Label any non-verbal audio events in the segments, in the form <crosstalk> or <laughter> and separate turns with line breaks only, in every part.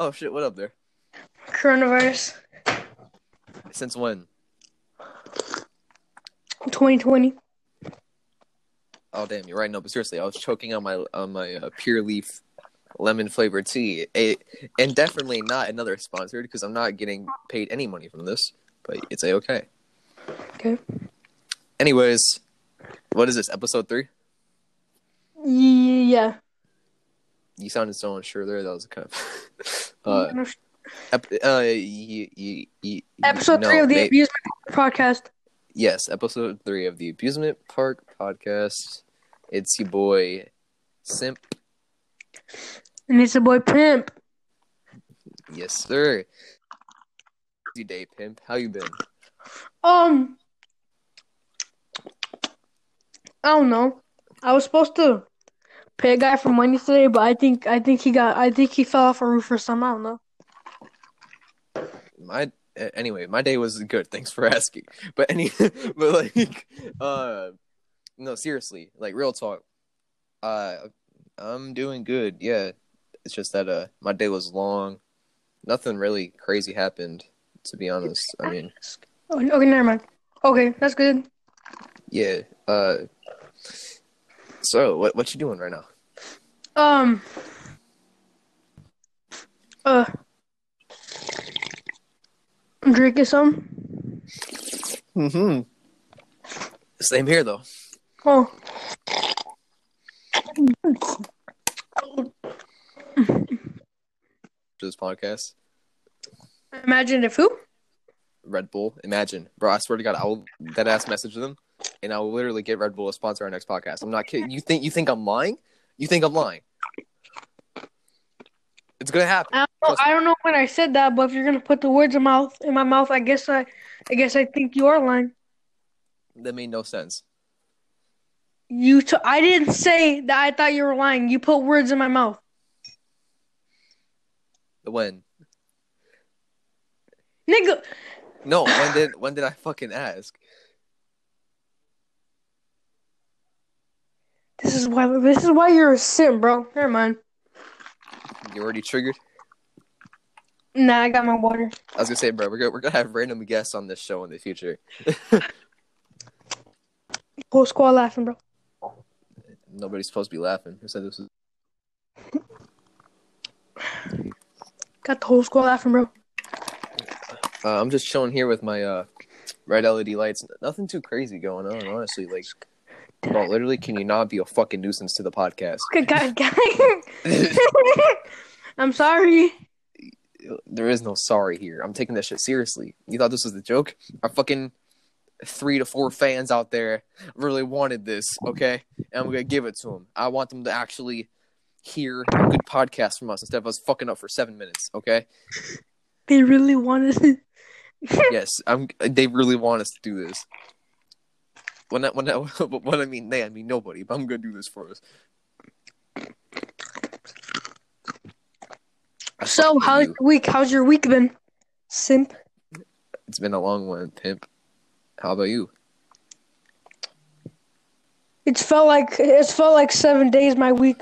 Oh shit! What up there?
Coronavirus
Since when?
2020.
Oh damn, you're right. No, but seriously, I was choking on my on my uh, pure leaf lemon flavored tea. It, and definitely not another sponsored because I'm not getting paid any money from this. But it's a okay.
Okay.
Anyways, what is this episode three?
Yeah.
You sounded so unsure there. That was kind of. <laughs> uh, ep- uh, y- y- y-
Episode
no,
three of the
may-
Abusement Podcast.
Yes, episode three of the Abusement Park podcast. It's your boy Simp.
And it's a boy Pimp.
Yes, sir. You day, pimp. How you been?
Um, I don't know. I was supposed to pay a guy for money today, but I think I think he got I think he fell off a roof or something. I don't know.
My uh, anyway, my day was good. Thanks for <laughs> asking. But any, <laughs> but like, uh, no, seriously, like real talk. Uh, I'm doing good. Yeah, it's just that uh, my day was long. Nothing really crazy happened, to be honest. I mean,
Oh, okay, never mind. Okay, that's good.
yeah. Uh, so what what you doing right now?
Um. Uh. I'm drinking some.
Mm-hmm. Same here though.
Oh.
To this podcast.
Imagine if who?
Red Bull. Imagine, bro. I swear to God, I will that ass message them, and I will literally get Red Bull to sponsor our next podcast. I'm not kidding. You think you think I'm lying? You think I'm lying? It's gonna happen.
I don't know, I don't know when I said that, but if you're gonna put the words in mouth in my mouth, I guess I, I guess I think you are lying.
That made no sense.
You, t- I didn't say that. I thought you were lying. You put words in my mouth.
When?
Nigga,
No. When did when did I fucking ask?
this is why this is why you're a sim, bro. Never mind.
You already triggered.
Nah, I got my water.
I was gonna say, bro, we're gonna we're gonna have random guests on this show in the future.
Whole squad laughing, bro.
Nobody's supposed to be laughing. Who said this was?
Got the whole squad laughing, bro. <laughs>
Uh, I'm just chilling here with my uh, red LED lights. Nothing too crazy going on, honestly. Like, bro, literally, can you not be a fucking nuisance to the podcast?
Good guy, guy. <laughs> I'm sorry.
<laughs> there is no sorry here. I'm taking this shit seriously. You thought this was a joke? Our fucking three to four fans out there really wanted this, okay? And I'm gonna give it to them. I want them to actually hear a good podcast from us instead of us fucking up for seven minutes, okay?
They really wanted it.
yes, I'm. They really want us to do this. When I, when I, <laughs> when I mean they, I mean nobody. But I'm gonna do this for us. I fucking
So,
hate you.
how's your week? How's your week been, simp?
It's been a long one, pimp. How about you?
It's felt like it's felt like seven days my week.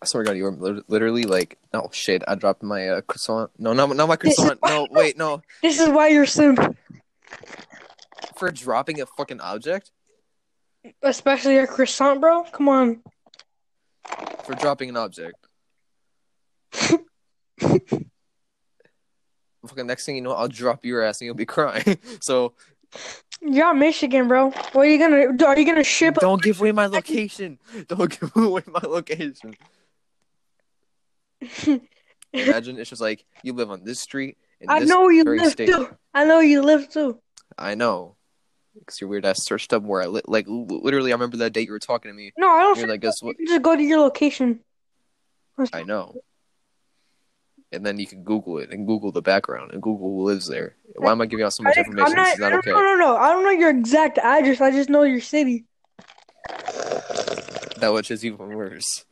I swear to God, you were lit- literally like, oh shit, I dropped my uh, croissant. No, not, not my croissant. No, wait, no.
This is why you're simp,
For dropping a fucking object?
especially a croissant, bro. Come on.
For dropping an
<laughs>
object. fucking next thing you know, I'll drop your ass and you'll be crying. <laughs> so
You're out Michigan, bro. What are you gonna? Are you gonna ship?
don't give away
<laughs>
my location. Don't give <laughs> away my location. Imagine it's just like, you live on this street. In
I
this
know where you
very
live
state.
too. I know where you live too.
I know. Because your weird ass searched up where I li- like l- literally. I remember that date you were talking to me.
No, I don't.
You're
think
like, guess what?
you just go to your location.
I know. And then you can Google it and Google the background and Google who lives there. Why am I giving out so much
I,
information?
am not.
It's not
I
okay.
don't- No, no, no. I don't know your exact address. I just know your city.
That which is even worse.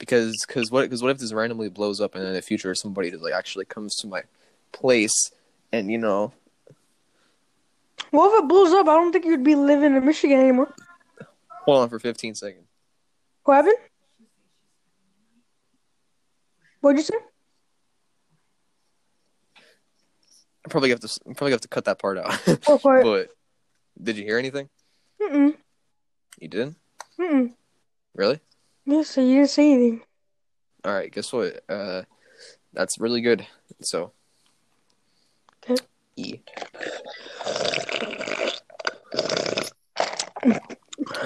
Because cause what cause what if this randomly blows up and in the future somebody just, like actually comes to my place and you know
Well, if it blows up, I don't think you'd be living in Michigan anymore.
hold on for fifteen seconds.
What happened? What'd you say?
I probably have to probably have to cut that part out. <laughs>
Go for it.
but did you hear anything?
Oh, Mm-mm.
You didn't?
Mm-mm.
Really?
Yes, so you didn't say anything.
All right. Guess what? Uh, that's really good. So.
Okay.
E.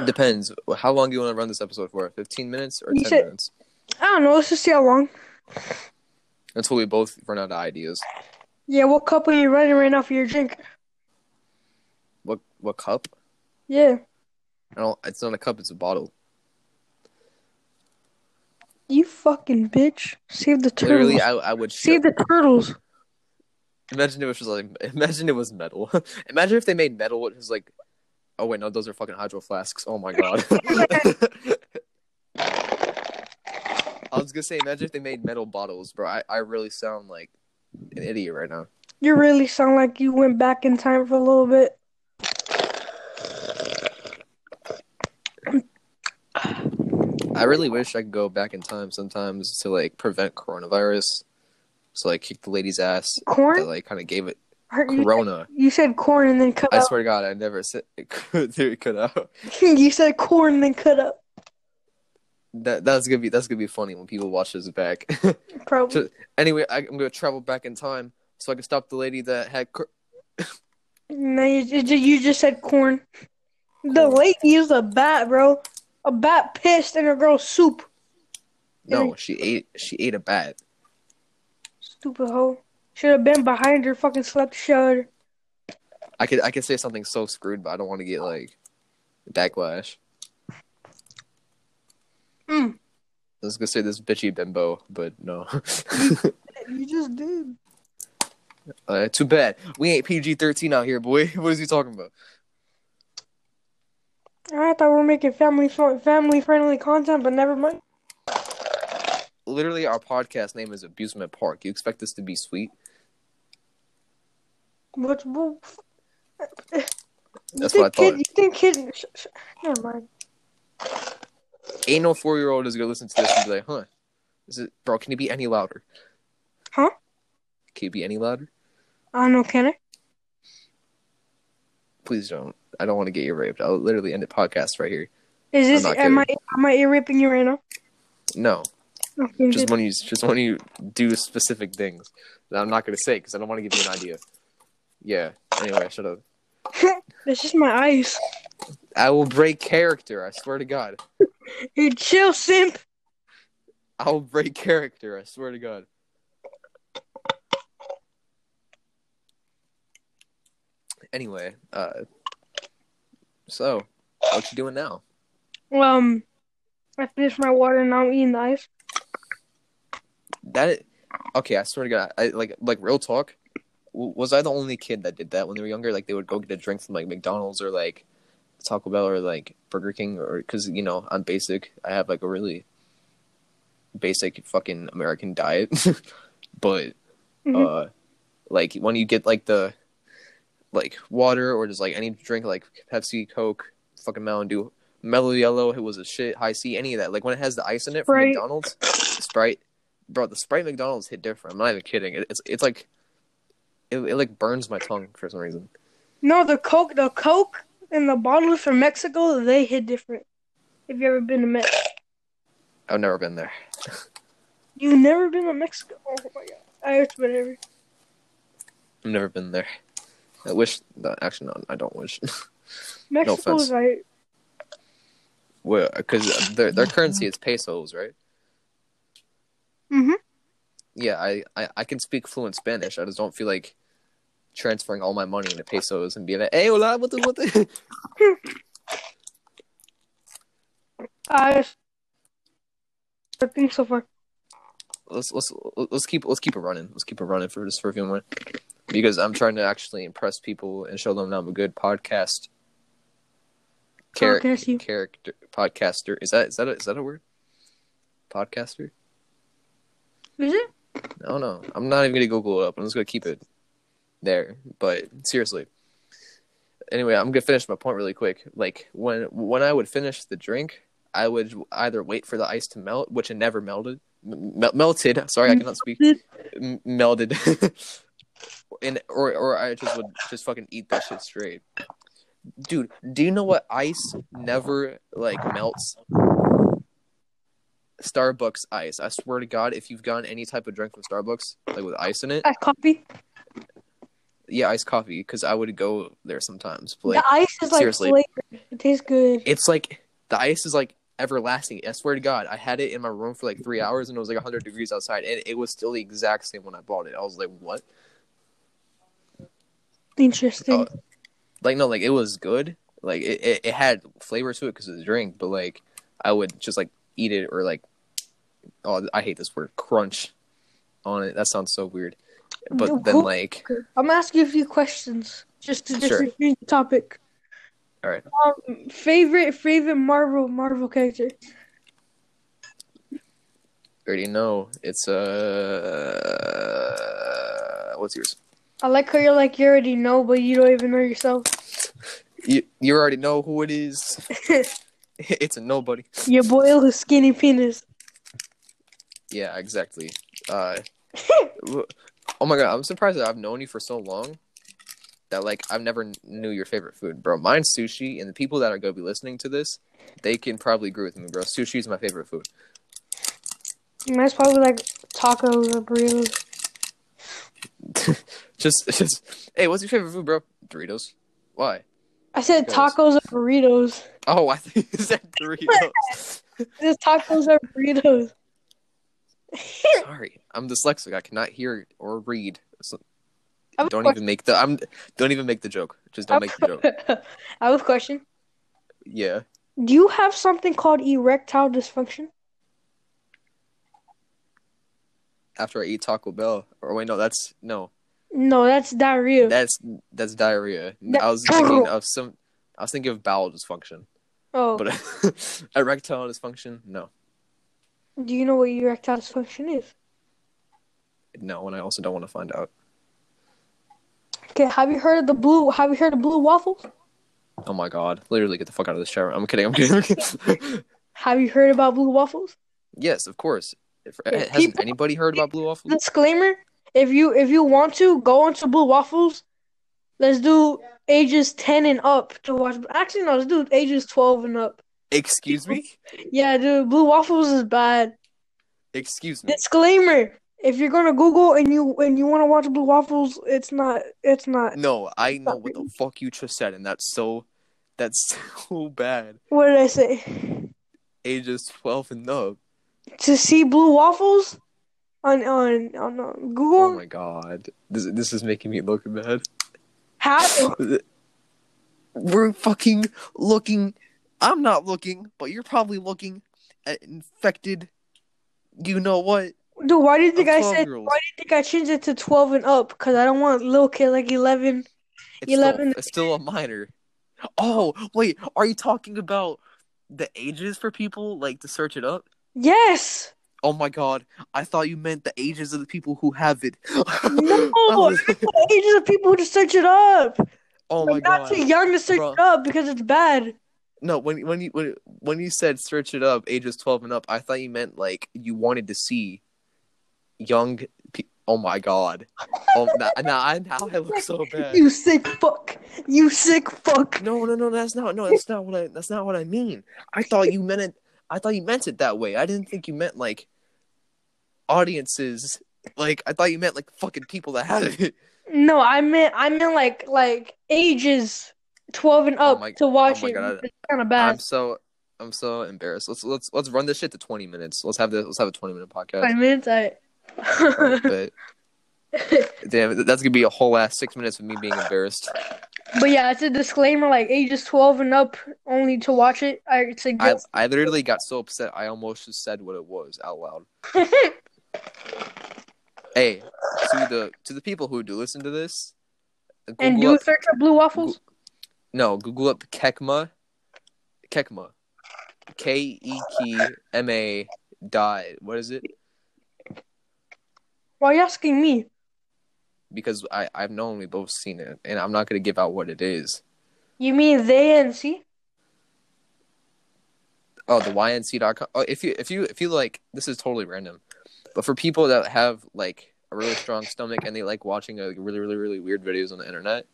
Depends. How long do you want to run this episode for? Fifteen minutes or
You
ten
said-
minutes?
I don't know. Let's just see how long.
Until we both run out of ideas.
Yeah, what cup are you running right now for your drink?
What what cup?
Yeah.
I don't. It's not a cup. It's a bottle.
You fucking bitch. Save the turtles.
Literally, I I would
Save
shit.
the turtles.
Imagine it was just like. <laughs> Imagine it was metal. <laughs> imagine if they made metal. It was like. Oh wait, no, those are fucking hydro flasks. Oh my god. <laughs> I was gonna say, imagine if they made metal bottles, bro. I, I really sound like an idiot right now.
You really sound like you went back in time for a little bit.
I really wish I could go back in time sometimes to like prevent coronavirus. So like kick the lady's ass that
Corn?
like kind of gave it
I heard you,
corona.
you said corn and then cut
I
up.
swear to God, I never said <laughs> it could, it could out.
<laughs> you said corn and then cut up.
That that's gonna be that's gonna be funny when people watch this back. <laughs>
Probably.
anyway, I, I'm gonna travel back in time so I can stop the lady that had. Cor-
No, you, you ju- you just said corn. The lady used a bat, bro. A bat pissed in a girl's soup. Mm.
no, she ate she ate a bat.
Stupid hoe. Should have been behind her, fucking slept shut.
I could I could say something so screwed, but I don't want to get like backlash.
Mm.
I was gonna say this bitchy bimbo, but no. <laughs>
You just did.
uh, too bad we ain't PG thirteen out here, boy. <laughs> What is he talking about?
I thought we were making family family friendly content, but never mind.
Literally, our podcast name is Abusement Park. You expect this to be sweet?
Which, well,
That's
you
what I
think kid-
thought.
you think kid? Sh- sh- never mind.
Ain't no four year old is gonna listen to this and be like, huh? Is it, bro? Can it be any louder?
Huh?
Can it be any louder?
I don't know, can I?
Please don't. I don't want to get you raped. I'll literally end the podcast right here.
Is this
I'm not
am I am I ear ripping you right now?
No,
Okay,
just
good.
when you just when you do specific things that I'm not gonna say because I don't want to give you an idea. Yeah. Anyway, shut up.
That's just my eyes.
I will break character. I swear to God.
Hey, chill, simp.
I will break character. I swear to God. Anyway, uh, so what you doing now?
Um, I finished my water and now I'm eating the ice.
That okay? I swear to God, I like like real talk. w- Was I the only kid that did that when they were younger? Like they would go get a drink from like McDonald's or like Taco Bell or like Burger King or because you know I'm basic. I have like a really basic fucking American diet, <laughs> but
Mhm.
uh, like when you get like the like water or just like any drink like Pepsi, Coke, fucking Mountain Dew, Mellow Yellow, who was a shit, High C, any of that. Like when it has the ice in it from
Sprite.
McDonald's, Sprite, bro, the Sprite McDonald's hit different. I'm not even kidding. It, it's it's like it, it like burns my tongue for some reason.
no, the coke, the coke and the bottles from Mexico, they hit different. Have you ever been to Mexico?
I've never been there.
You've never been to Mexico? Oh my god. I it's whatever.
I've never been there. I wish. No, actually, no, I don't wish. <laughs>
Mexico
offense.
is right.
well, because their their currency is pesos, right?
Mm-hmm.
yeah, I, I, I can speak fluent Spanish. I just don't feel like transferring all my money into pesos and being like, hey, hola, what the, what the? <laughs>
I I think so far.
Let's, let's, let's keep, let's keep it running. Let's keep it running for just for a few more because I'm trying to actually impress people and show them that I'm a good podcast char-
Podcast you.
character, podcaster. Is that, is that, a, is that a word? Podcaster?
Is it?
No, no, I'm not even gonna Google it up. I'm just gonna keep it there. But seriously, anyway, I'm gonna finish my point really quick. Like when when I would finish the drink, I would either wait for the ice to melt, which it never melted, m- mel- melted. Sorry, I cannot speak. M- melded, <laughs> and or or I just would just fucking eat that shit straight. Dude, do you know what ice never like melts? Starbucks ice. I swear to God, if you've gotten any type of drink from Starbucks, like with ice in it,
That coffee.
yeah, iced coffee. Because I would go there sometimes. But, like,
The ice is like
seriously.
flavored. It tastes good.
it's like the ice is like everlasting. I swear to God, I had it in my room for like three hours and it was like 100 degrees outside, and it was still the exact same when I bought it. I was like, what?
Interesting.
Oh, like no, like it was good. Like it, it, it had flavor to it because it's a drink, but like I would just like eat it or like oh I hate this word crunch on it. That sounds so weird. But then
Who-
like
I'm asking a few questions just to just
Oh. Sure.
to change the topic.
All right.
Um, favorite favorite Marvel Marvel character.
I already know it's uh what's yours?
I like how you're like you already know, but you don't even know yourself. <laughs>
You you already know who it is. <laughs> it's a nobody.
Your boy with skinny penis.
Yeah, exactly. Uh, w- oh my god, I'm surprised that I've known you for so long that like I've never kn- knew your favorite food, bro. Mine's sushi, and the people that are gonna be listening to this, they can probably agree with me, bro. Sushi is my favorite food.
Mine's probably like tacos or burritos.
Just, <laughs> just, hey, what's your favorite food, bro? Doritos. Why?
I said
Tacos.
tacos or burritos.
Oh, I think you <laughs> said Doritos.
There's tacos or burritos.
Sorry, I'm dyslexic. I cannot hear or read. So
I have a
don't even make the. I'm. Don't even make the joke. Just don't make the joke.
question. <laughs> I have a question.
Yeah.
Do you have something called erectile dysfunction?
After I eat Taco Bell, or wait, no, that's no.
No, that's diarrhea.
That's that's diarrhea.
That-
I was thinking of some. I was thinking of bowel dysfunction,
oh,
but <laughs> erectile dysfunction. No,
do you know what erectile dysfunction is?
no, and I also don't want to find out.
Okay, have you heard of the blue? Have you heard of blue waffles?
Oh my god! Literally, get the fuck out of this shower. I'm kidding. I'm kidding. <laughs>
Have you heard about blue waffles?
yes, of course. If, eh,
Yeah,
hasn't
people-
anybody heard about blue waffles?
Disclaimer: If you if you want to go into blue waffles, let's do ages ten and up to watch. Actually, no, let's do ages twelve and up.
Excuse me.
Yeah, dude, blue waffles is bad.
Excuse me.
Disclaimer: If you're gonna Google and you and you want to watch blue waffles, it's not. It's not.
No, I know what the fuck you just said, and that's so. That's <laughs> so bad.
What did I say?
Ages twelve and up.
To see blue waffles on on on, on
Oh
Google,
my god! This this is making me look bad.
how
we're fucking looking. I'm not looking, but you're probably looking at infected. You know what?
dude? Why do you think I said?
12-year-olds.
Why do you think I changed it to twelve and up? Because I don't want little kid like eleven.
It's still,
11.
it's still a minor. Oh wait, are you talking about the ages for people like to search it up?
Yes.
Oh my god, I thought you meant the ages of the people who have it. <laughs>
No,
I was-
the ages of people who just search it up.
oh
They're
my
not
god.
too young to search
Bro.
it up because it's bad.
No, when when you when when you said search it up, ages twelve and up, I thought you meant like you wanted to see young. Pe- oh my god! Oh, <laughs> now, now I now I look so bad.
You sick fuck. You sick fuck.
No, no, no, that's not no, that's not what I that's not what I mean. I thought you meant it. I thought you meant it that way. I didn't think you meant like audiences. Like I thought you meant like fucking people that have it.
No, I meant I meant like like ages twelve and
Oh
up
my-
to watch
oh my
it.
God.
It's kind of
I'm
bad.
so I'm so embarrassed. Let's let's let's run this shit to twenty minutes. Let's have this. Let's have a twenty minute podcast.
Five minutes. I. <laughs>
but damn, it, that's gonna be a whole last six minutes of me being embarrassed.
but yeah, it's a disclaimer. Like ages twelve and up only to watch it. I
I
suggest.
I literally got so upset I almost just said what it was out
<laughs>
loud. Hey, to the to the people who do listen to this, Google
and do
up,
search up blue waffles.
no Google up Kekma, Kekma, K E K M A dot. What is it?
Why are you asking me?
Because I I've known we both seen it, and I'm not gonna give out what it is.
You mean they and see?
Oh, the YNC.com. Oh, if you if you if you like, this is totally random. But for people that have like a really strong stomach and they like watching uh, like, really, really, really weird videos on the internet,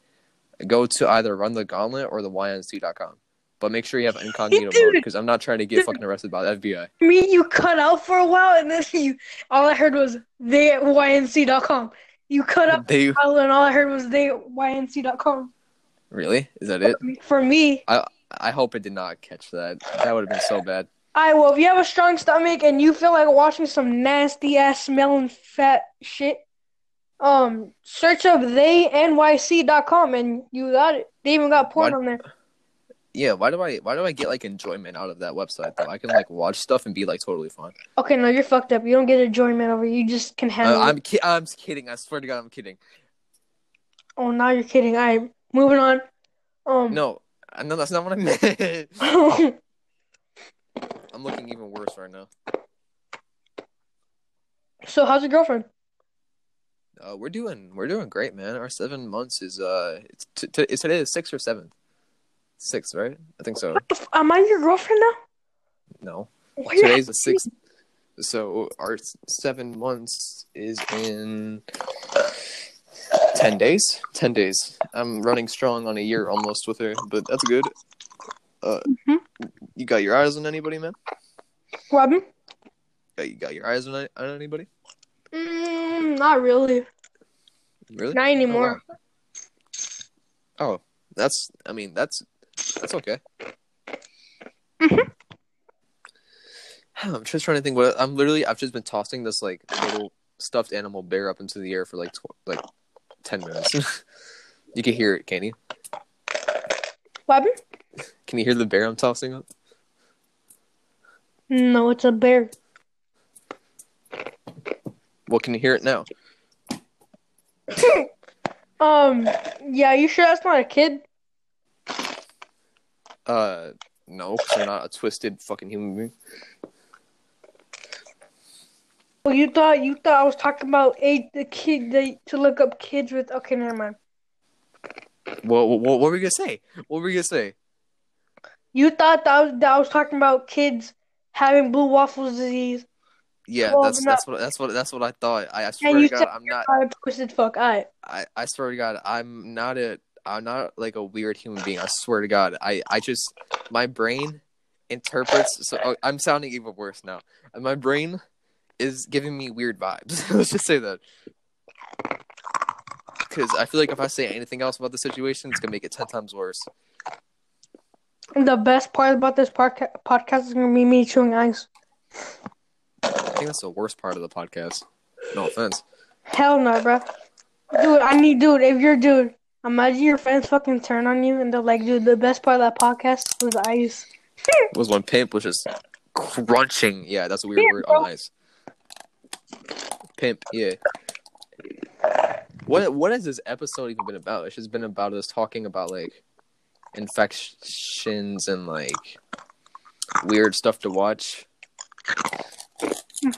go to either Run the Gauntlet or the YNC.com. But make sure you have incognito
Dude.
mode because I'm not trying to get
Dude.
fucking arrested by the FBI.
Me, you cut out for a while, and then <laughs> you. All I heard was they at ync.com. You cut out
They
for a while, and all I heard was they at ync.com.
really is that it?
For me,
I hope it did not catch that. That would have been so bad.
I well, if you have a strong stomach and you feel like watching some nasty ass smelling fat shit, um, search up theynyc.com and you got it. They even got porn
What?
on there.
Yeah, why do I why do I get like enjoyment out of that website though? I can like watch stuff and be like totally fine.
Okay, no, you're fucked up. You don't get enjoyment over it. You just can handle
Uh,
it.
I'm ki- I'm just kidding. I swear to God, I'm kidding.
Oh, now you're kidding. All right, moving on. Um,
No, I- no, that's not what I meant. <laughs>
no.
I'm looking even worse right now.
<laughs> so how's your girlfriend?
Uh, we're doing we're doing great, man. Our seven months is uh, it's t- t- it's- today is sixth or seventh, sixth, right? I think so.
What the f- am I your girlfriend now?
No,
Why you
today's the sixth. So our s- seven months is in ten days. Ten days. I'm running strong on a year almost with her, but that's good. Uh,
Mhm.
you got your eyes on anybody, man?
Robin?
Yeah, You got your eyes on, a- on anybody?
Mm, not really.
Really?
Not
Oh,
anymore.
wow. Oh, that's. I mean, that's that's okay.
Mm-hmm.
<sighs> I'm just trying to think. What I'm literally, I've just been tossing this like little stuffed animal bear up into the air for like tw- like ten minutes. <laughs> you can hear it, can you?
Robin?
Can you hear the bear I'm tossing up?
No, it's a bear.
Well, can you hear it now?
Um, yeah, you sure that's not a kid?
Uh, no, because I'm not a twisted fucking human being.
Well, you thought you thought I was talking about a the kid the, to look up kids with. Okay, never mind.
Well, what, what were we gonna say? What were we gonna say?
You thought that I was, that I was talking about kids having blue waffles disease.
Yeah,
Well,
that's
no.
that's what that's what that's what I thought. I, I swear
you
to God,
said
I'm not.
I'm a twisted fuck. All right.
I, I swear to God, I'm not a I'm not like a weird human being. I swear to God, I I just my brain interprets. So oh, I'm sounding even worse now. My brain is giving me weird vibes. <laughs> Let's just say that. Because I feel like if I say anything else about the situation, it's gonna make it ten times worse.
The best part about this podca- podcast is gonna be me chewing ice.
I think that's the worst part of the podcast. No offense.
Hell no, bro. Dude, I need dude. If you're dude, imagine your friends fucking turn on you and they're like, dude, the best part of that podcast was ice.
It was when Pimp was just crunching. Yeah, that's a weird
Pimp,
word
bro.
on ice. Pimp, yeah. What what has this episode even been about? It's just been about us talking about like infections and like weird stuff to watch.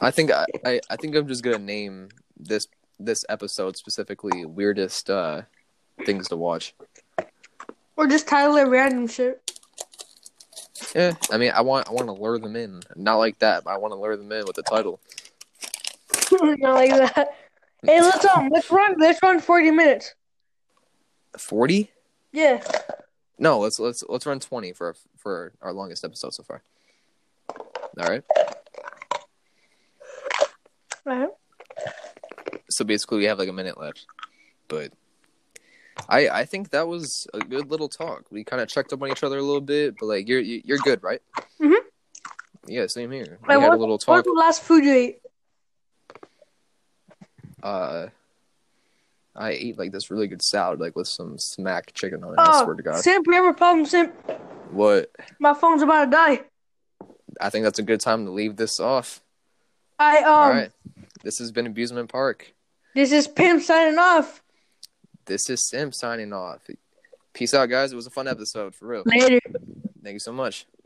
I think I, I, I think I'm just gonna name this this episode specifically weirdest uh things to watch.
Or just title it random shit. <laughs>
Yeah, Eh, I mean I want I want to lure them in. Not like that, but I want to lure them in with the title.
Not like that. Hey, let's um, let's run, let's run forty minutes.
40
Yeah.
no let's let's let's run 20 for for our longest episode so far all right
Right.
so basically we have like a minute left but i i think that was a good little talk we kind of checked up on each other a little bit but like you're you- you're good right
Mhm.
yeah same here we
Wait,
had a
what-
little talk
What's the last food you ate?
uh i ate like this really good salad like with some smack chicken on it i swear to god
Simp, Oh, we have a problem, Simp.
what
My phone's about to die.
i think that's a good time to leave this off
I um,
all right this has been abusement park
this is Pimp signing off.
this is Sim signing off. Peace out, guys. It was a fun episode for real.
Later.
Thank you so much.